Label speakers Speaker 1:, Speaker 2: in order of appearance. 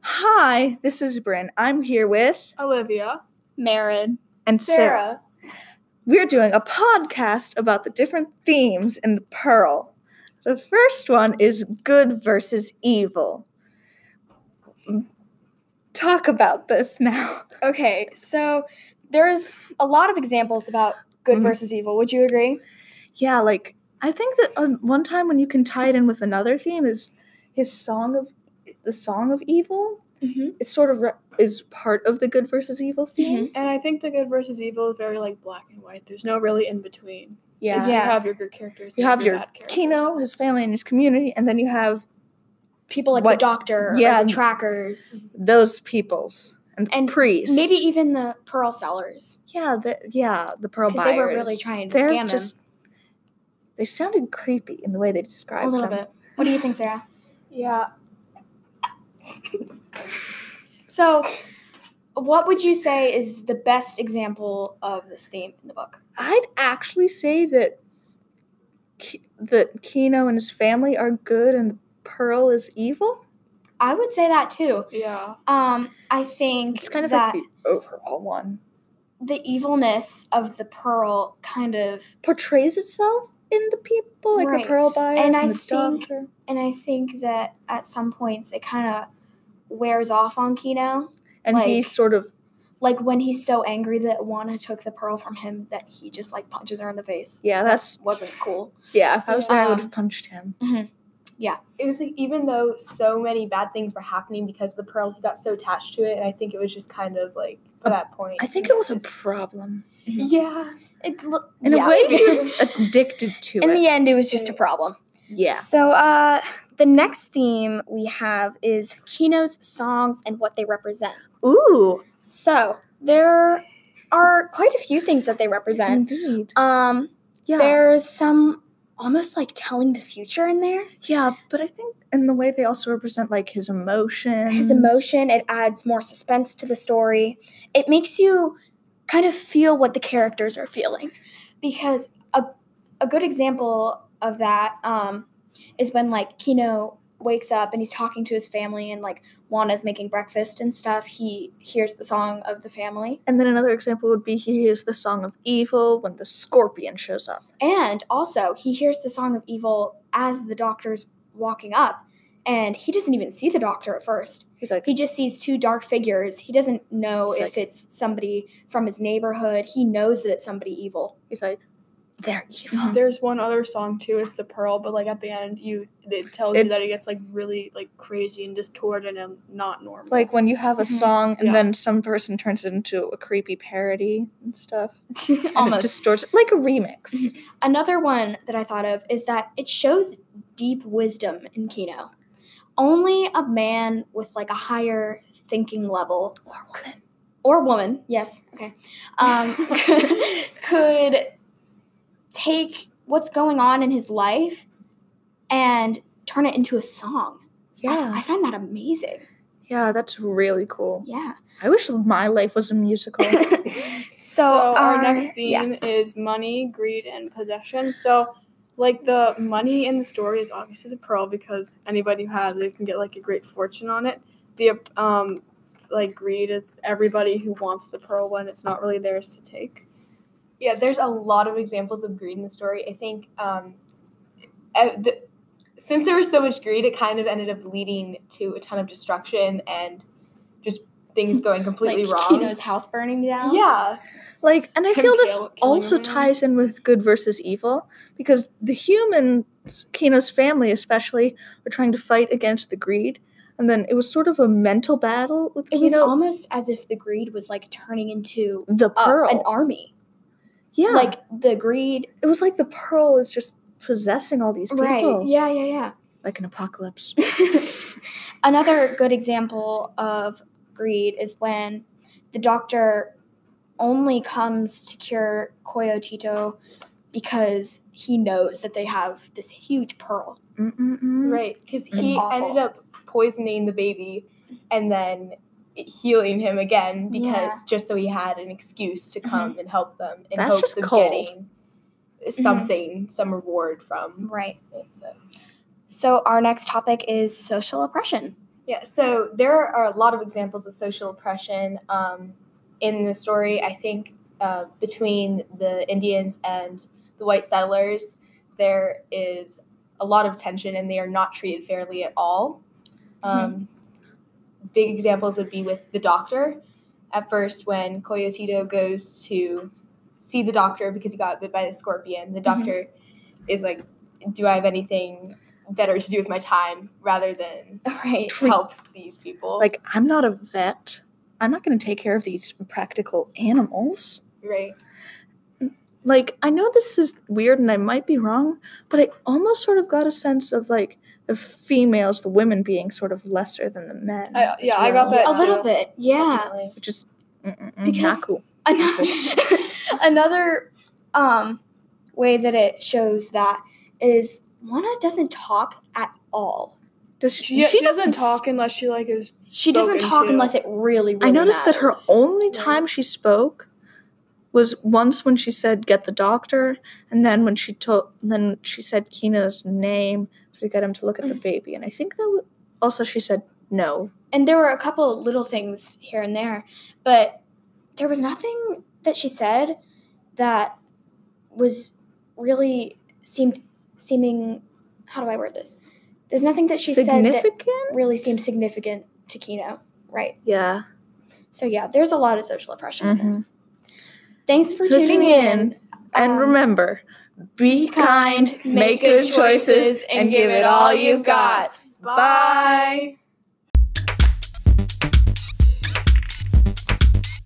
Speaker 1: Hi, this is Bryn. I'm here with,
Speaker 2: Olivia,
Speaker 3: Marin.
Speaker 1: and Sarah. We're doing a podcast about the different themes in the Pearl. The first one is good versus evil. Talk about this now.
Speaker 3: Okay, so there's a lot of examples about good
Speaker 1: Mhm.
Speaker 3: versus evil. Would you agree?
Speaker 1: Yeah, like I think that um, one time when you can tie it in with another theme is his song of the song of evil.
Speaker 3: Mm-hmm.
Speaker 1: It sort of re- is part of the good versus evil theme.
Speaker 2: And I think the good versus evil is very like black and white. There's no really in between.
Speaker 1: Yeah.
Speaker 2: It's
Speaker 3: Yeah.
Speaker 2: You have your good characters. and
Speaker 1: You have your
Speaker 2: bad characters.
Speaker 1: Kino, his family, and his community, and then you have
Speaker 3: People like
Speaker 1: What-
Speaker 3: the doctor,
Speaker 1: yeah,
Speaker 3: yeah,
Speaker 1: and-
Speaker 3: the trackers,
Speaker 1: those peoples and, the
Speaker 3: And
Speaker 1: priests.
Speaker 3: maybe even the pearl sellers.
Speaker 1: yeah, the, yeah, the pearl
Speaker 3: Because
Speaker 1: buyers.
Speaker 3: they were really trying to
Speaker 1: They're
Speaker 3: scam
Speaker 1: just they sounded creepy in the way they described
Speaker 3: him a little
Speaker 1: them.
Speaker 3: bit. What do you think, Sarah?
Speaker 2: Yeah.
Speaker 3: So, what would you say is the best example of this theme in the book?
Speaker 1: I'd actually say that Ki- that Kino and his family are good, and the pearl is evil.
Speaker 3: I would say that too.
Speaker 2: Yeah.
Speaker 3: Um, I think
Speaker 1: It's kind of
Speaker 3: that
Speaker 1: like the overall one
Speaker 3: the evilness of the pearl kind of
Speaker 1: portrays itself in the people, like
Speaker 3: Right.
Speaker 1: the pearl buyers and,
Speaker 3: And I
Speaker 1: the
Speaker 3: think-
Speaker 1: doctor.
Speaker 3: and I think that at some points it kind of wears off on Kino.
Speaker 1: And he
Speaker 3: like-
Speaker 1: sort of
Speaker 3: Like when he's so angry that Juana took the pearl from him that he just like punches her in the face.
Speaker 1: yeah, that's
Speaker 3: Wasn't cool.
Speaker 1: yeah. If I was there, I would have
Speaker 3: Um,
Speaker 1: punched him.
Speaker 4: it was like even though so many bad things were happening because of the pearl, he got so attached to it, and I think it was just kind of like at that point.
Speaker 1: Um, I think it was a
Speaker 4: just-
Speaker 1: problem.
Speaker 4: yeah.
Speaker 3: It lo-
Speaker 1: In
Speaker 3: yeah.
Speaker 1: a way, he was addicted to
Speaker 3: In
Speaker 1: it.
Speaker 3: the end, it was just a problem.
Speaker 1: yeah.
Speaker 3: So uh, the next theme we have is Kino's songs and what they represent.
Speaker 1: Ooh.
Speaker 3: So there are quite a few things that they represent.
Speaker 1: Indeed.
Speaker 3: Um,
Speaker 1: Yeah.
Speaker 3: There's some almost like telling the future in there.
Speaker 1: Yeah, but I think in the way they also represent like his emotions.
Speaker 3: his emotion. It adds more suspense to the story. It makes you kind of feel what the characters are feeling. Because a, a good example of that um, is when like Kino wakes up and he's talking to his family and like Juana's making breakfast and stuff. He hears the song of the family.
Speaker 1: And then another example would be he hears the song of evil when the scorpion shows up.
Speaker 3: And also he hears the song of evil as the doctor's walking up. And he doesn't even see the doctor at first.
Speaker 1: He's like,
Speaker 3: He just sees two dark figures. He doesn't know
Speaker 1: He's
Speaker 3: if
Speaker 1: like-
Speaker 3: it's somebody from his neighborhood. He knows that it's somebody evil.
Speaker 1: he's like, they're evil.
Speaker 3: Mm-hmm.
Speaker 2: There's one other song too. It's the pearl, but like at the end, you it tells
Speaker 1: It-
Speaker 2: you that it gets like really like crazy and distorted and not normal.
Speaker 1: Like when you have a
Speaker 3: Mhm.
Speaker 1: song and
Speaker 2: Yeah.
Speaker 1: then some person turns it into a creepy parody and stuff. And it
Speaker 3: Almost. Mm-hmm.
Speaker 1: distorts like a remix.
Speaker 3: Another one that I thought of is that it shows deep wisdom in Kino. Only a man with like a higher thinking level
Speaker 1: Or woman.
Speaker 3: or woman, yes, okay, um, could take what's going on in his life and turn it into a song. I-
Speaker 1: Yeah.
Speaker 3: I find that amazing.
Speaker 1: Yeah, that's really cool.
Speaker 3: Yeah.
Speaker 1: I wish my life was a musical.
Speaker 3: so,
Speaker 2: our next
Speaker 3: yeah.
Speaker 2: theme is money, greed, and possession. So, like the money in the story is obviously the pearl because anybody who has it can get like a great fortune on it. The um, like greed is everybody who wants the pearl when it's not really theirs to take.
Speaker 4: Yeah, there's a lot of examples of greed in the story. I think um,
Speaker 2: e,
Speaker 4: uh, the, since there was so much greed, it kind of ended up leading to a ton of destruction and just things going completely
Speaker 3: like
Speaker 4: wrong.
Speaker 3: Kino's house burning down.
Speaker 4: yeah,
Speaker 1: Like, and I
Speaker 2: Him
Speaker 1: feel this
Speaker 2: kill- killing
Speaker 1: also
Speaker 2: a man.
Speaker 1: ties in with good versus evil because the humans, Kino's family especially, were trying to fight against the greed, and then it was sort of a mental battle with
Speaker 3: It
Speaker 1: Kino,
Speaker 3: was almost as if the greed was like turning into
Speaker 1: the
Speaker 3: uh,
Speaker 1: pearl.
Speaker 3: an army.
Speaker 1: yeah, like
Speaker 3: Like the greed.
Speaker 1: it was like the pearl is just possessing all these people,
Speaker 3: Right. Yeah, yeah,
Speaker 1: like an apocalypse.
Speaker 3: yeah. Another good example of greed is when the doctor only comes to cure Coyotito because he knows that they have this huge pearl.
Speaker 1: Mm-mm-mm.
Speaker 4: right. Because
Speaker 1: That's
Speaker 4: he
Speaker 3: awful.
Speaker 4: ended up poisoning the baby and then healing him again because
Speaker 3: Yeah.
Speaker 4: just so he had an excuse to come and help them
Speaker 1: Mm-hmm.
Speaker 4: in
Speaker 1: That's
Speaker 4: hopes
Speaker 1: just
Speaker 4: of
Speaker 1: cold. Mm-hmm.
Speaker 4: getting something, some reward from
Speaker 3: Right.
Speaker 4: it. So.
Speaker 3: So, our next topic is social oppression.
Speaker 4: Yeah, so there are a lot of examples of social oppression um, in the story. I think uh, between the Indians and the white settlers, there is a lot of tension and they are not treated fairly at all. Um, Big examples would be with the doctor. At first, when Coyotito goes to see the doctor because he got bit by the scorpion, the doctor is like, Do I have anything better to do with my time rather than
Speaker 3: Right.
Speaker 1: Tweet.
Speaker 4: help these people.
Speaker 1: Like, I'm not a vet. I'm not going to take care of these practical animals.
Speaker 4: right.
Speaker 1: Like, I know this is weird and I might be wrong, but I almost sort of got a sense of like the females, the women being sort of lesser than the men.
Speaker 2: I-
Speaker 1: as
Speaker 2: yeah, I got
Speaker 1: well,
Speaker 2: that
Speaker 3: A little
Speaker 2: too.
Speaker 3: bit. Yeah.
Speaker 4: Definitely.
Speaker 1: Which is mm, mm, mm, not
Speaker 3: Because-
Speaker 1: cool.
Speaker 3: another, another um, way that it shows that is Lana doesn't talk at all.
Speaker 1: Does
Speaker 2: She, she doesn't talk unless she like is.
Speaker 3: She doesn't
Speaker 2: Spoken
Speaker 3: talk
Speaker 2: to.
Speaker 3: unless it really, really
Speaker 1: I noticed that her
Speaker 3: matters.
Speaker 1: only time she spoke was once when she said "get the doctor," and then when she told, then she said Kina's name to get him to look at the
Speaker 2: Mm.
Speaker 1: baby. And I think that w- also she said no.
Speaker 3: And there were a couple little things here and there, but there was nothing that she said that was really seemed seeming. How do I word this? There's nothing that she said that
Speaker 1: significant.
Speaker 3: really seemed significant to Kino, right?
Speaker 1: yeah.
Speaker 3: So yeah, there's a lot of social oppression
Speaker 1: Mhm.
Speaker 3: in this. Thanks for
Speaker 1: Tuning
Speaker 3: tuning
Speaker 1: in.
Speaker 3: in.
Speaker 1: And
Speaker 3: Um,
Speaker 1: remember, be kind, make good choices, and give it all you've got. Bye.